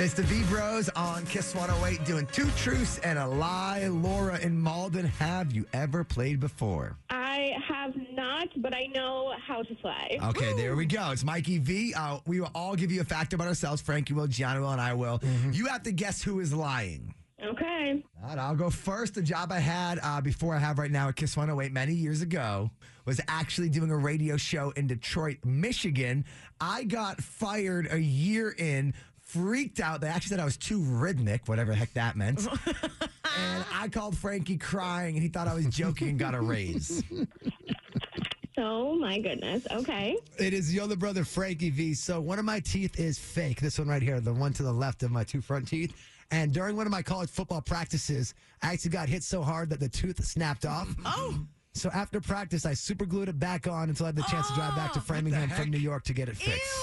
It's the V Bros on Kiss 108 doing two truths and a lie. Laura and Malden, have you ever played before? I have not, but I know how to play. Okay, there we go. It's Mikey V. Uh, we will all give you a fact about ourselves. Frankie will, Gianna will, and I will. You have to guess who is lying. Okay. All right, I'll go first. The job I had uh, before I have right now at Kiss 108 many years ago was actually doing a radio show in Detroit, Michigan. I got fired a year in, freaked out. They actually said I was too rhythmic, whatever the heck that meant. and I called Frankie crying, and he thought I was joking and got a raise. Oh my goodness. Okay. It is the other brother, Frankie V. So one of my teeth is fake. This one right here, the one to the left of my two front teeth. And during one of my college football practices, I actually got hit so hard that the tooth snapped off. Oh. So after practice, I super glued it back on until I had the chance to drive back Ah, to Framingham from New York to get it Ew. fixed.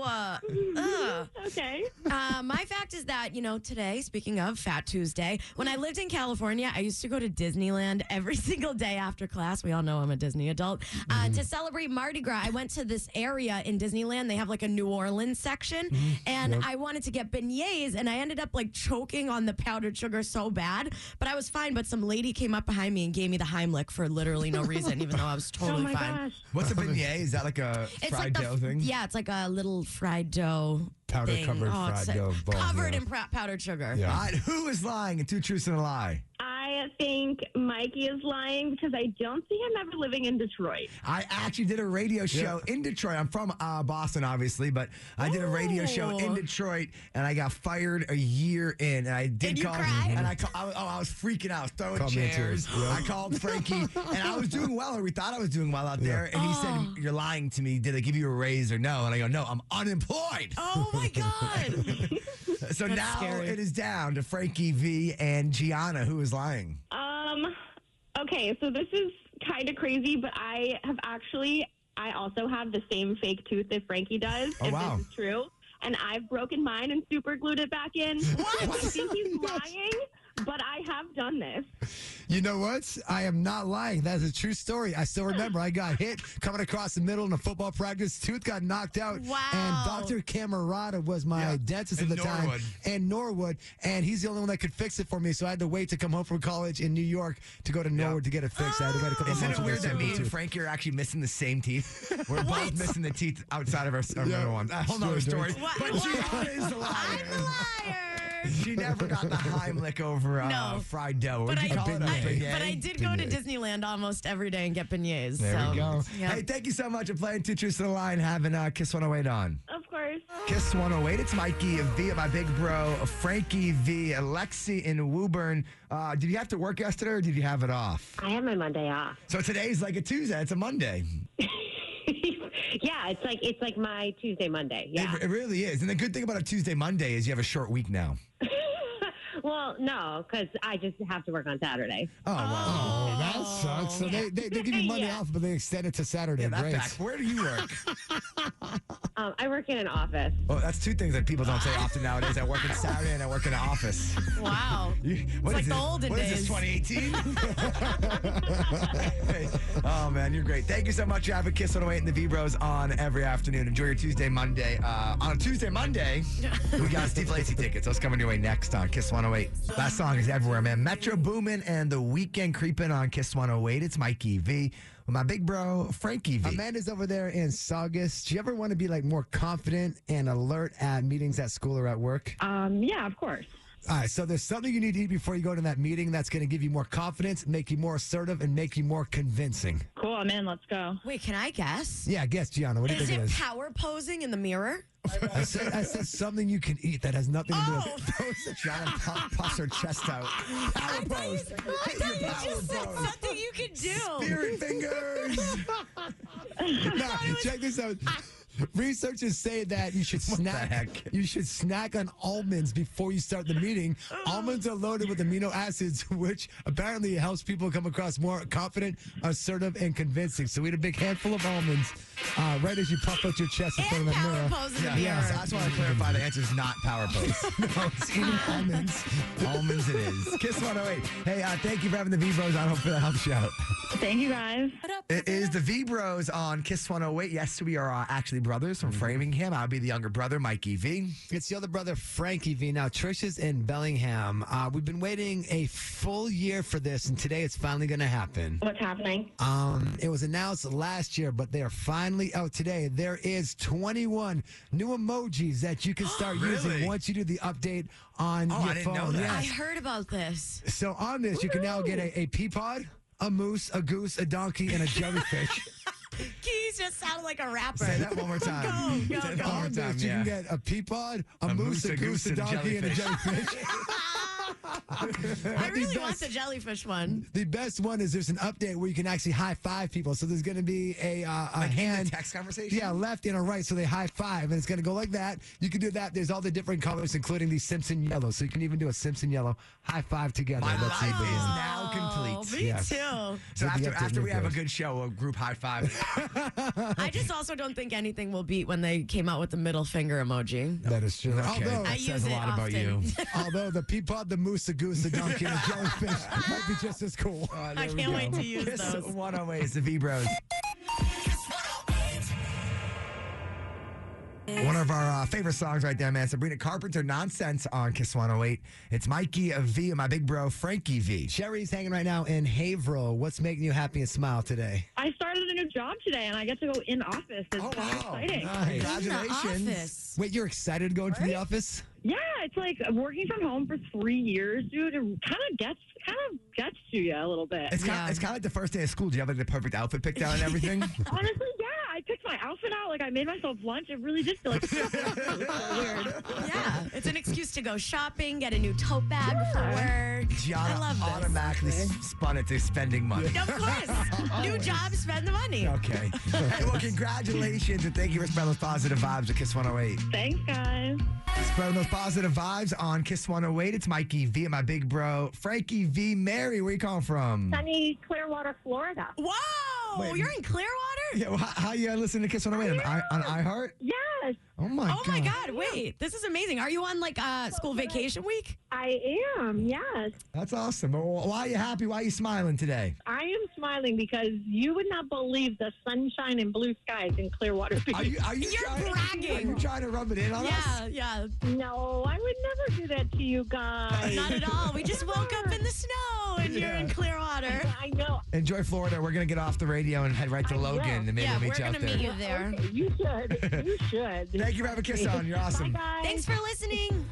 Uh, ugh. Okay. Uh, my fact is that, you know, today, speaking of Fat Tuesday, when I lived in California, I used to go to Disneyland every single day after class. We all know I'm a Disney adult. Mm-hmm. Uh, to celebrate Mardi Gras, I went to this area in Disneyland. They have like a New Orleans section. Mm-hmm. And I wanted to get beignets, and I ended up like choking on the powdered sugar so bad. But I was fine. But some lady came up behind me and gave me the Heimlich for literally no reason, even though I was Oh totally my fine. gosh. What's a beignet? Is that like a fried the, dough thing? Yeah, it's like a little fried dough. Powder thing. covered Oh, it's fried a- dough ball, Covered yeah. in pr- powdered sugar. Yeah. All right, who is lying? And two truths and a lie. I think Mikey is lying because I don't see him ever living in Detroit. I actually did a radio show in Detroit. I'm from uh, Boston, obviously, but I did a radio show in Ooh. Detroit, and I got fired a year in. And I did Did you call, cry? and I, call, I was, oh, I was freaking out, I was throwing Called me in chairs. tears. Yeah. I called Frankie, and I was doing well, or we thought I was doing well out there. And he said, "You're lying to me. Did they give you a raise or no?" And I go, "No, I'm unemployed." Oh my god. so now scary. it is down to Frankie V and Gianna, who is lying. Um, okay, so this is kind of crazy, but I have actually, I also have the same fake tooth that Frankie does, Oh, if wow. this is true. And I've broken mine and super glued it back in. I think he's lying, but I have done this. You know what? I am not lying. That is a true story. I still remember I got hit coming across the middle in a football practice. Tooth got knocked out. Wow. And Dr. Camerata was my Yeah. dentist at In the Norwood. time in Norwood. And he's the only one that could fix it for me. So I had to wait to come home from college in New York to go to Norwood to get it fixed. I had to wait a couple Isn't months it weird for that the me tooth. and Frankie are actually missing the same teeth? We're both missing the teeth uh, outside of our, our Yeah, middle one. A whole nother story. story, What- But what? Gianna is the I'm liar. the liar. She never got the Heimlich over uh, No. fried dough. What But do you I, call it? A I- beignet? but I did go to Beignet. Disneyland almost every day and get beignets. There so. we go. Yeah. Hey, thank you so much for playing Two Truths to the Line, having uh, Kiss 108 on. Of course. Kiss 108, it's Mikey V, my big bro, Frankie V, Alexi in Woburn. Uh, did you have to work yesterday or did you have it off? I had my Monday off. So today's like a Tuesday, it's a Monday. yeah, it's like it's like my Tuesday Monday. Yeah. It, it really is. And the good thing about a Tuesday Monday is you have a short week now. well, no, because I just have to work on Saturday. Oh, wow. Oh, that sucks. So they, they, they give you Monday Yeah. off, but they extend it to Saturday. Yeah, that Great. back. Where do you work? Um, I work in an office. well, that's two things that people don't say often nowadays. I work in Saturday and I work in an office. Wow. You- what like is the this? olden What is days. this, 2018? oh, man, you're great. Thank you so much. You have a kiss on the way and the V Bros on every afternoon. Enjoy your Tuesday, Monday. Uh, on a Tuesday, Monday, we got Steve Lacey tickets. Those coming your way next on Kiss 108. That song is everywhere, man. Metro Boomin and The Weekend Creeping on Kiss 108. It's Mikey V. With my big bro, Frankie V. Amanda's over there in Saugus. Do you ever want to be like more confident and alert at meetings at school or at work? Um, yeah, of course. All right, so there's something you need to eat before you go to that meeting that's going to give you more confidence, make you more assertive, and make you more convincing. Cool, I'm in. Let's go. Wait, can I guess? Yeah, guess, Gianna. What do you Is think it it is? power posing in the mirror? I said, I said something you can eat that has nothing to do with Oh. Gianna pu- puffs her chest out. Power pose. I Hit thought you your power just said pose. something you could do. Spirit fingers. No, check this out. Researchers say that you should snack. heck? You should snack on almonds before you start the meeting. Almonds are loaded with amino acids, which apparently helps people come across more confident, assertive, and convincing. So eat a big handful of almonds uh, right as you puff out your chest in front And of a power mirror. pose in Yeah, the yeah. mirror. So I just want to clarify the answer is not power pose. no, it's eating almonds. almonds it is. Kiss 108. Hey, uh, thank you for having the V Bros on. Hopefully that helps you out. Thank you guys. oh It is the V Bros on Kiss 108. Yes, we are uh, actually brothers from Framingham. I'll be the younger brother, Mikey V. It's the other brother, Frankie V. Now, Trish is in Bellingham. Uh, we've been waiting a full year for this, and today it's finally going to happen. What's happening? Um, it was announced last year, but they're finally out today. There is 21 new emojis that you can start Really? using once you do the update on Oh, your I didn't phone. know that. I Yes. heard about this. So on this, you can now get a, a pea pod, a moose, a goose, a donkey, and a jellyfish. Keys just sounded like a rapper. Say that one more time. Go, go, Say that go. one more time, you yeah. can get a pea pod, a, moose, a goose, a donkey, and a jellyfish. I really does. want the jellyfish one. The best one is there's an update where you can actually high five people. So there's going to be a, uh, a hand. text conversation? Yeah, left and a right. So they high five, and it's going to go like that. You can do that. There's all the different colors, including the Simpson yellow. So you can even do a Simpson yellow high five together. My That's life even- is now Oh, complete. me Yes. too. So With the after, update after we have a videos. good show, a group high five. I just also don't think anything will beat when they came out with the middle finger emoji. That is true. Although, I That says use a it lot often. about you. although the pea pod, the moose, the goose, the donkey, and the jellyfish might be just as cool. I can't wait to use Kiss those. 108. It's the V Bros. One oh of our uh, favorite songs right there, man. Sabrina Carpenter, Nonsense on Kiss 108. It's Mikey of V and my big bro, Frankie V. Sherry's hanging right now in Haverhill. What's making you happy and smile today? I started a new job today, and I get to go in office. It's so exciting. Oh, Nice. In the office. Wait, you're excited going to the office? Yeah, it's like working from home for three years, dude. It kind of gets kind of gets to you a little bit. It's kind, Yeah. of, it's kind of like the first day of school. Do you have like the perfect outfit picked out and everything? Honestly, yeah, I picked my outfit out. Like I made myself lunch. It really did feel like weird. Yeah, it's an excuse to go shopping, get a new tote bag for work. Gianna I love this. automatically s- spun it to spending money. Of course, new job, spend the money. Okay. hey, well, congratulations and thank you for spreading those positive vibes at Kiss 108. Thanks, guys. Spreading those positive vibes on Kiss 108. It's Mikey V and my big bro, Frankie V. Mary, where you calling from? Sunny Clearwater, Florida. Whoa, Wait. you're in Clearwater? Yeah, well, how, how you uh, listen to Kiss 108 on, I, on iHeart? Yes, Oh my oh my God! Wait, this is amazing. Are you on like uh, school vacation week? I am. Yes. That's awesome. Well, Why are you happy? Why are you smiling today? I am smiling because you would not believe the sunshine and blue skies in Clearwater Beach. Are you are you You're trying, bragging. Are you trying to rub it in on us? Yeah, yeah. No, I would never do that to you guys. Not at all. We just woke up in the snow, and you're in Yeah. Clearwater. I know. Enjoy Florida. We're gonna get off the radio and head right to I will. Logan and maybe yeah, meet we're you out gonna there. meet you there. Okay, you should. You should. Thank you for having Kiss on. You're awesome. Bye, Thanks guys. for listening.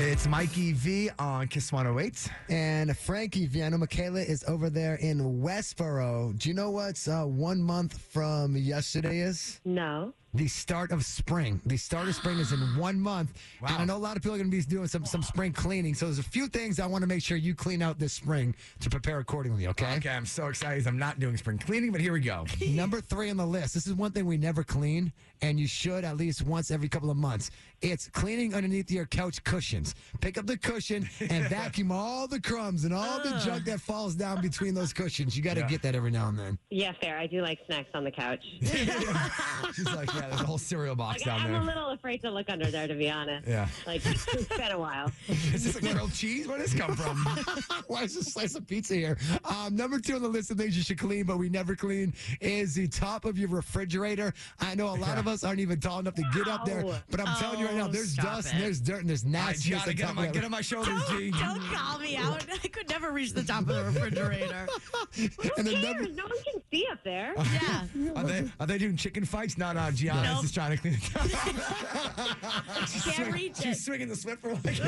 It's Mikey V on Kiss 108. And Frankie Viano Michaela is over there in Westboro. Do you know what's uh, one month from yesterday is? No. The start of spring. The start of spring is in one month. Wow. And I know a lot of people are going to be doing some, some spring cleaning. So there's a few things I want to make sure you clean out this spring to prepare accordingly, okay? Okay, I'm so excited. I'm not doing spring cleaning, but here we go. Number three on the list. This is one thing we never clean, and you should at least once every couple of months. It's cleaning underneath your couch cushions. Pick up the cushion and vacuum all the crumbs and all the junk that falls down between those cushions. You got to Yeah. get that every now and then. Yeah, fair. I do like snacks on the couch. She's like, yeah, there's a whole cereal box Like, down I'm there. a little afraid to look under there, to be honest. yeah. Like, it's been a while. Is this like grilled cheese? Where did this come from? Why is a slice of pizza here? Um, number two on the list of things you should clean, but we never clean, is the top of your refrigerator. I know a lot of us aren't even tall enough to get up there, Ow. but I'm telling you right now, Oh, there's stop dust it. and there's dirt and there's I nastiness. gotta on get top of on my that. get on my shoulders, G. Don't call me out. I could never reach the top of the refrigerator. and Who then cares? number, No one can see up there. Uh. Yeah. Are they are they doing chicken fights? No, no, Gianna's Nope. just trying to clean it up. Can't reach it. She's swinging the Swiffer like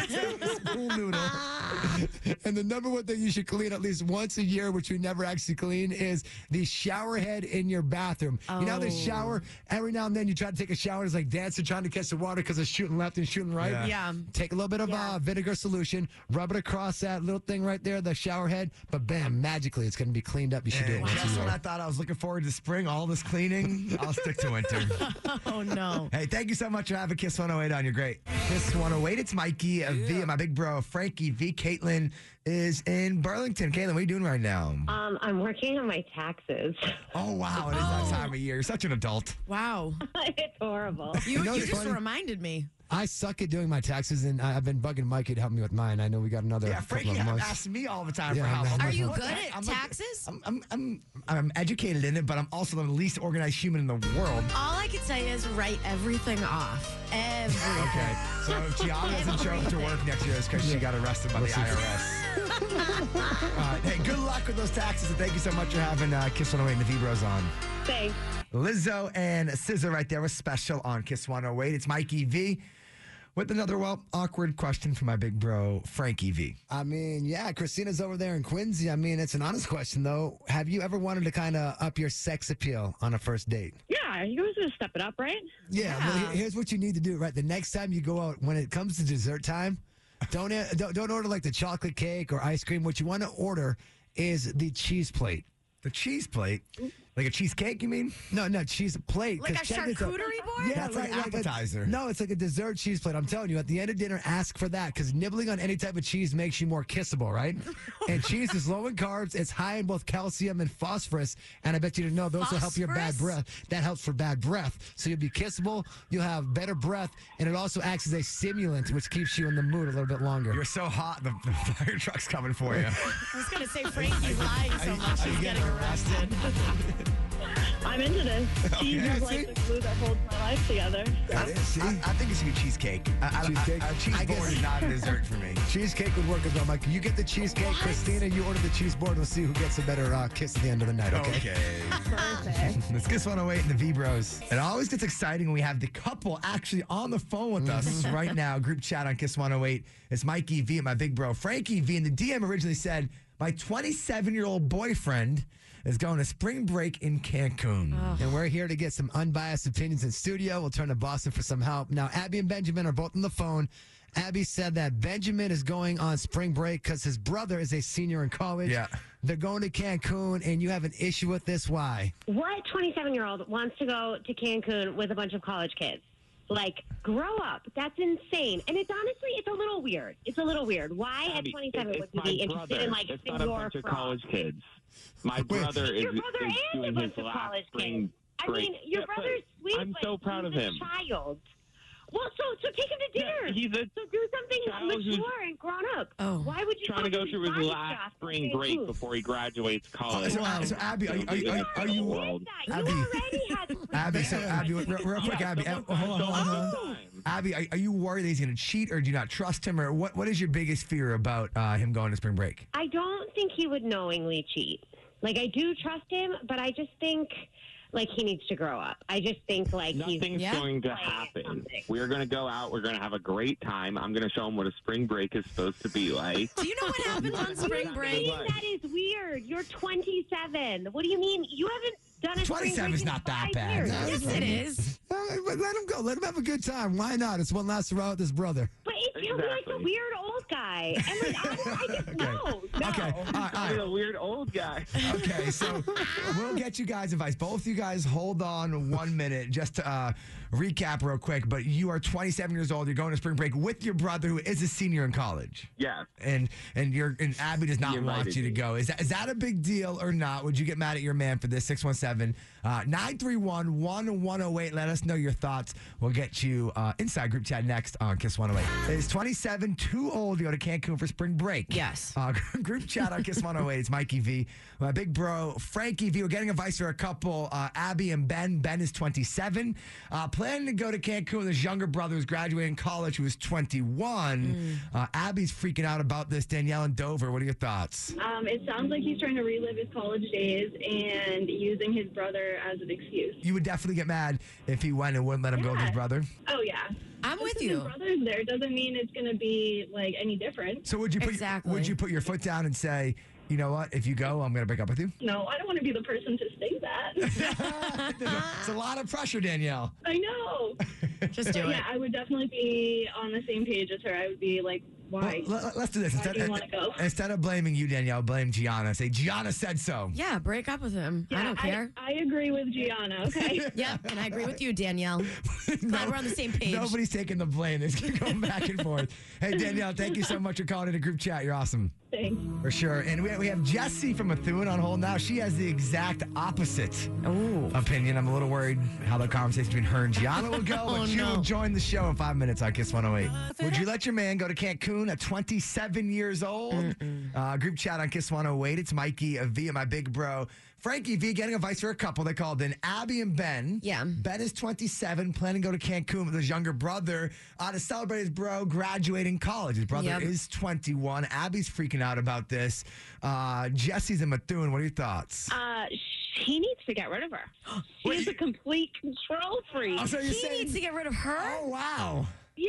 a spoon noodle. And the number one thing you should clean at least once a year, which we never actually clean, is the shower head in your bathroom. You know, how the Oh. shower, every now and then you try to take a shower, it's like dancing, trying to catch the water because it's shooting left and shooting right. Yeah. Yeah. Take a little bit of uh, vinegar solution, rub it across that little thing right there, the shower head, but bam, magically it's going to be cleaned up. You should do it And once Just a when I year. thought I was looking forward to spring, all this cleaning, I'll stick to winter. Oh no. Hey, thank you so much for having Kiss 108 on. You're great. Kiss 108, it's Mikey uh, V and my big bro Frankie V. Caitlin is in Burlington. Caitlin, what are you doing right now? Um, I'm working on my taxes. Oh, wow. It is that time of year. You're such an adult. Wow. it's horrible. You, know you what's just funny? reminded me. I suck at doing my taxes, and I- I've been bugging Mikey to help me with mine. I know we got another. Yeah, Frankie couple of months. asks me all the time Yeah, for I'm help. not- I'm Are like, you "Look, good I- at I'm like- taxes? I'm, I'm, I'm, I'm educated in it, but I'm also the least organized human in the world. All I could say is write everything off. Everything. Okay, so if Gianna doesn't show up to work next year, it's because she got arrested by the IRS. All right, hey, good luck with those taxes, and thank you so much for having uh, Kiss 108 and the V-Bros on. Thanks. Lizzo and Scissor right there was special on Kiss 108. It's Mikey V with another, well, awkward question for my big bro, Frankie V. I mean, yeah, Christina's over there in Quincy. I mean, it's an honest question though. Have you ever wanted to kind of up your sex appeal on a first date? Yeah, you was gonna step it up, right? Yeah. Well, he- here's what you need to do. Right, the next time you go out, when it comes to dessert time, don't uh, don't, don't order like the chocolate cake or ice cream. What you want to order is the cheese plate. The cheese plate, like a cheesecake, you mean? No, no, cheese plate. Like 'cause a check this out. charcuterie board? Yeah, That's like, an like a- appetizer. no, it's like a dessert cheese plate. I'm telling you, at the end of dinner, ask for that because nibbling on any type of cheese makes you more kissable, right? and cheese is low in carbs. It's high in both calcium and phosphorus. And I bet you didn't know those will help your bad Phosphorus? breath. That helps for bad breath. So you'll be kissable. You'll have better breath, and it also acts as a stimulant, which keeps you in the mood a little bit longer. You're so hot, the, the fire truck's coming for you. I was gonna say Frankie's lying so much he's getting arrested. I'm into this. Cheese Yeah, is see? like the glue that holds my life together. That is, see? I, I think it's a good cheesecake. I, I- Cheesecake? I, I, cheese I guess- board is not a dessert for me. Cheesecake would work as well, Mike. You get the cheesecake, Christina. You order the cheese board. We'll see who gets a better uh, kiss at the end of the night. okay. Perfect. Let's get 108 and the V Bros. It always gets exciting when we have the couple actually on the phone with us right now. Group chat on Kiss 108. It's Mikey V and my big bro Frankie V. And the DM originally said, My 27 year old boyfriend is going to spring break in Cancun. And we're here to get some unbiased opinions in studio. We'll turn to Boston for some help. Now, Abby and Benjamin are both on the phone. Abby said that Benjamin is going on spring break because his brother is a senior in college. Yeah. They're going to Cancun, and you have an issue with this. Why? what 27 year old wants to go to Cancun with a bunch of college kids? Like, grow up. That's insane. And it's honestly, it's a little weird. It's a little weird. Why Abby, at 27 it- would it's you be my interested brother. in like it's not a senior bunch of prom? college kids. My brother is, Your brother is and a doing bunch his of last college kids. spring I break. mean, your Yeah, but brother's sweet, I'm but so proud he's of a him. child. Well, so so take him to Yeah, dinner. he's a so do something child who's mature and grown up. Oh. Why would you trying to go fucking through his buy last stuff spring from break Cancun? before he graduates college. Oh, so, so Abby, are you- are you- are you- are you- World. You Abby. already had Abby, so Abby, real, real quick, Yeah, Abby. the Ab- one hold on, time, hold on, the hold on. one time. Abby, are, are you worried that he's going to cheat or do you not trust him? Or what, what is your biggest fear about uh, him going to spring break? I don't think he would knowingly cheat. Like I do trust him, but I just think like he needs to grow up. I just think like he's Nothing's Yeah. going to Like happen. something. We're going to go out. We're going to have a great time. I'm going to show him what a spring break is supposed to be like. Do you know what happens on spring break? Right. that is weird. You're 27. What do you mean? You haven't done a 27 is is not that bad. No. Yes, it is. Uh, but let him go. Let him have a good time. Why not? It's one last row with his brother. But it, he'll be like Exactly. a weird old guy. And like I, don't- I just know. No. Okay, all right, all right. He's a weird old guy. Okay, so we'll get you guys advice. Both you guys hold on one minute just to uh, recap real quick. But you are 27 years old. You're going to spring break with your brother, who is a senior in college, Yeah. and and you're and Abby does not He want invited you to me. go. Is that is that a big deal or not? Would you get mad at your man for this? 617 931 1108. Let us know your thoughts. We'll get you uh, inside group chat next on Kiss 108. Is 27 too old to go to Cancun for spring break? Yes. Uh, group chat on Kiss 108. It's Mikey V. My big bro, Frankie V. We're getting advice for a couple, uh, Abby and Ben. Ben is 27. Uh, planning to go to Cancun. His younger brother is graduating college, who is 21. Hmm. Uh, Abby's freaking out about this. Danielle and Dover, what are your thoughts? Um, it sounds like he's trying to relive his college days and using his brother as an excuse. You would definitely get mad if he went and wouldn't let him go with his Yeah. brother. Oh yeah, I'm with Just 'cause you. His brother's there doesn't mean it's gonna be like any different. So would you put Exactly. would you put your foot down and say, you know what, if you go, I'm gonna break up with you? No, I don't want to be the person to say that. it's a lot of pressure, Danielle. I know. Just do But it. yeah, I would definitely be on the same page as her. I would be like, why? Well, let, us do this. Why do Instead, you wanna go? instead of blaming you, Danielle, blame Gianna. Say, Gianna said so. Yeah, break up with him. I Yeah, don't care. I, agree with Gianna. Okay. Yep, and I agree with you, Danielle. Glad we're on the same page. Nobody's taking the blame. It's going back and forth. Hey, Danielle, thank you so much for calling in a group chat. You're awesome. Thanks. For sure. And we, we have Jessie from Methuen on hold now. She has the exact opposite Ooh. opinion. I'm a little worried how the conversation between her and Gianna will go. But Oh, don't You'll know. join the show in five minutes on Kiss 108. Would you let your man go to Cancun at 27 years old? Uh, group chat on Kiss 108. It's Mikey of V and my big bro. Frankie V getting advice for a couple. They called in Abby and Ben. Yeah. Ben is 27, planning to go to Cancun with his younger brother uh, to celebrate his bro graduating college. His brother Yep. is 21. Abby's freaking out about this. Uh, Jesse's in Methuen. What are your thoughts? Uh, he needs to get rid of her. She Wait, is a you- complete control freak. Oh, so you're He saying- needs to get rid of her. Oh, wow. Yeah,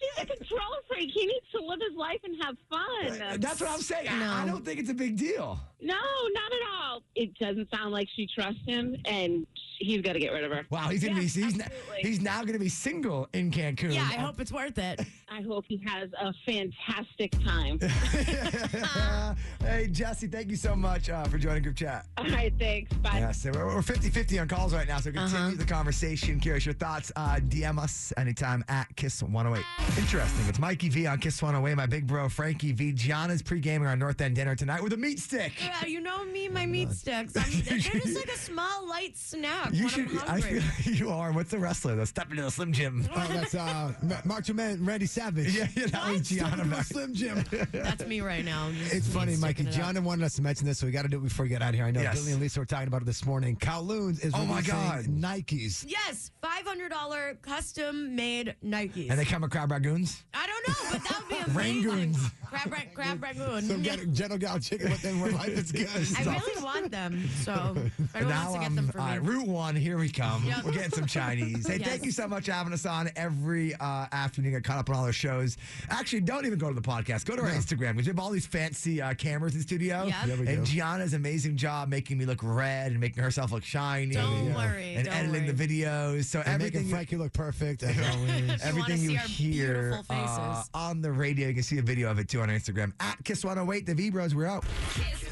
she's a control freak. He needs to live his life and have fun. That's what I'm saying. I- No. I don't think it's a big deal. No, not at all. It doesn't sound like she trusts him, and he's got to get rid of her. Wow, he's gonna Yes, be he's, absolutely. he's now gonna be single in Cancun. Yeah, I hope it's worth it. I hope he has a fantastic time. hey Jesse, thank you so much uh, for joining group chat. all right, thanks. Bye. Yes, we're, we're 50-50 on calls right now, so continue Uh-huh. the conversation. Curious your thoughts? Uh, DM us anytime at Kiss 108. Interesting. It's Mikey V on Kiss 108. My big bro Frankie V. John is pre-gaming our North End dinner tonight with a meat stick. Yeah, you know me, my meat sticks. I'm, they're just like a small, light snack You when should. I'm I hungry. feel like you are. What's the wrestler? The step into the Slim Jim. Oh, that's uh, Ma- Macho Man Randy Savage. yeah, yeah, that was Gianna. Gianna Mac- Slim Jim. That's me right now. It's funny, Mikey. Gianna wanted us to mention this, so we got to do it before we get out of here. I know Yes. Billy and Lisa were talking about it this morning. Kowloon's is Oh, my releasing God. Nikes. Yes, $500 custom made Nikes. And they come with crab rangoons. I don't know, but that would be amazing. Rangoons. Crab, ra- crab rangoon. So get a gentle gal chicken with them where life is I good. really want them, so if everyone wants to get them for all right, me. Route One, here we come. Yep. We're getting some Chinese. Hey, Yes. thank you so much for having us on every uh, afternoon. Get caught up on all our shows. Actually, don't even go to the podcast. Go to our Instagram because we have all these fancy uh, cameras in the studio. Yep. Yeah, we and do. Gianna's amazing job making me look red and making herself look shiny. Don't and, worry, And don't editing the worry. videos. So And everything. making you- Frankie look perfect as always. You wanna Everything you, see our hear beautiful uh, faces. on the radio, you can see a video of it too on our Instagram at Kiss108. The oh V Bros, we're out. Kiss